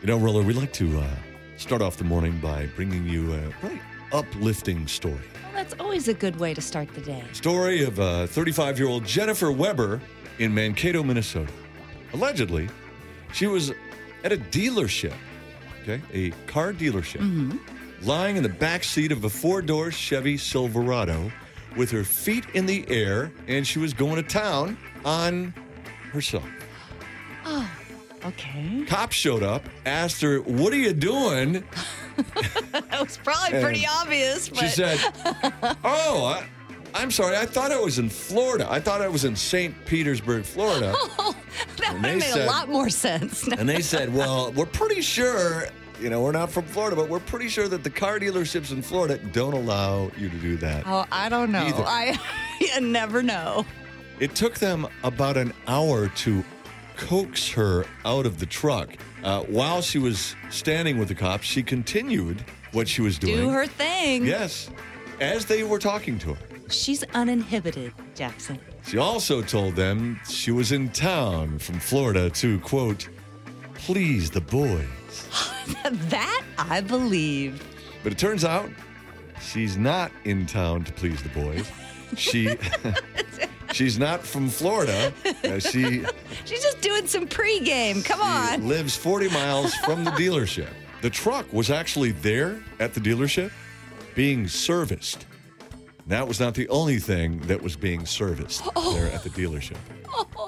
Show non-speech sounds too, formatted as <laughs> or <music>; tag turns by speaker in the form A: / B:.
A: You know, Roller, we like to uh, start off the morning by bringing you a really uplifting story.
B: Well, that's always a good way to start the day.
A: Story of 35 year old Jennifer Weber in Mankato, Minnesota. Allegedly, she was at a dealership, okay, a car dealership, lying in the back seat of a four door Chevy Silverado with her feet in the air, and she was going to town on herself.
B: Oh, okay.
A: Cops showed up, asked her, What are you doing?
B: <laughs> That was probably
A: And
B: pretty obvious, but
A: She said, "Oh, I, I'm sorry. I thought I was in Florida. I thought I was in St. Petersburg,
B: <laughs>
A: Florida."
B: <laughs> that would
A: they
B: have made
A: said-
B: a lot more sense. <laughs> No,
A: and they said, "Well, we're pretty sure. You know, we're not from Florida, but we're pretty sure that the car dealerships in Florida don't allow you to do that."
B: Oh, I don't know.
A: Either.
B: I <laughs> you never know.
A: It took them about an hour to coax her out of the truck. Uh, while she was standing with the cops, she continued what she was doing.
B: Do her thing.
A: Yes, as they were talking to her.
B: She's uninhibited, Jackson.
A: She also told them she was in town from Florida to, quote, please the boys.
B: <laughs> that I believe.
A: But it turns out she's not in town to please the boys. She. <laughs> She's not from Florida. Uh, she,
B: She's just doing some pregame. <laughs> Come
A: she
B: on.
A: lives 40 miles from the dealership. The truck was actually there at the dealership being serviced.
B: Oh.
A: And that was not the only thing that was being serviced there at the dealership.
B: <laughs>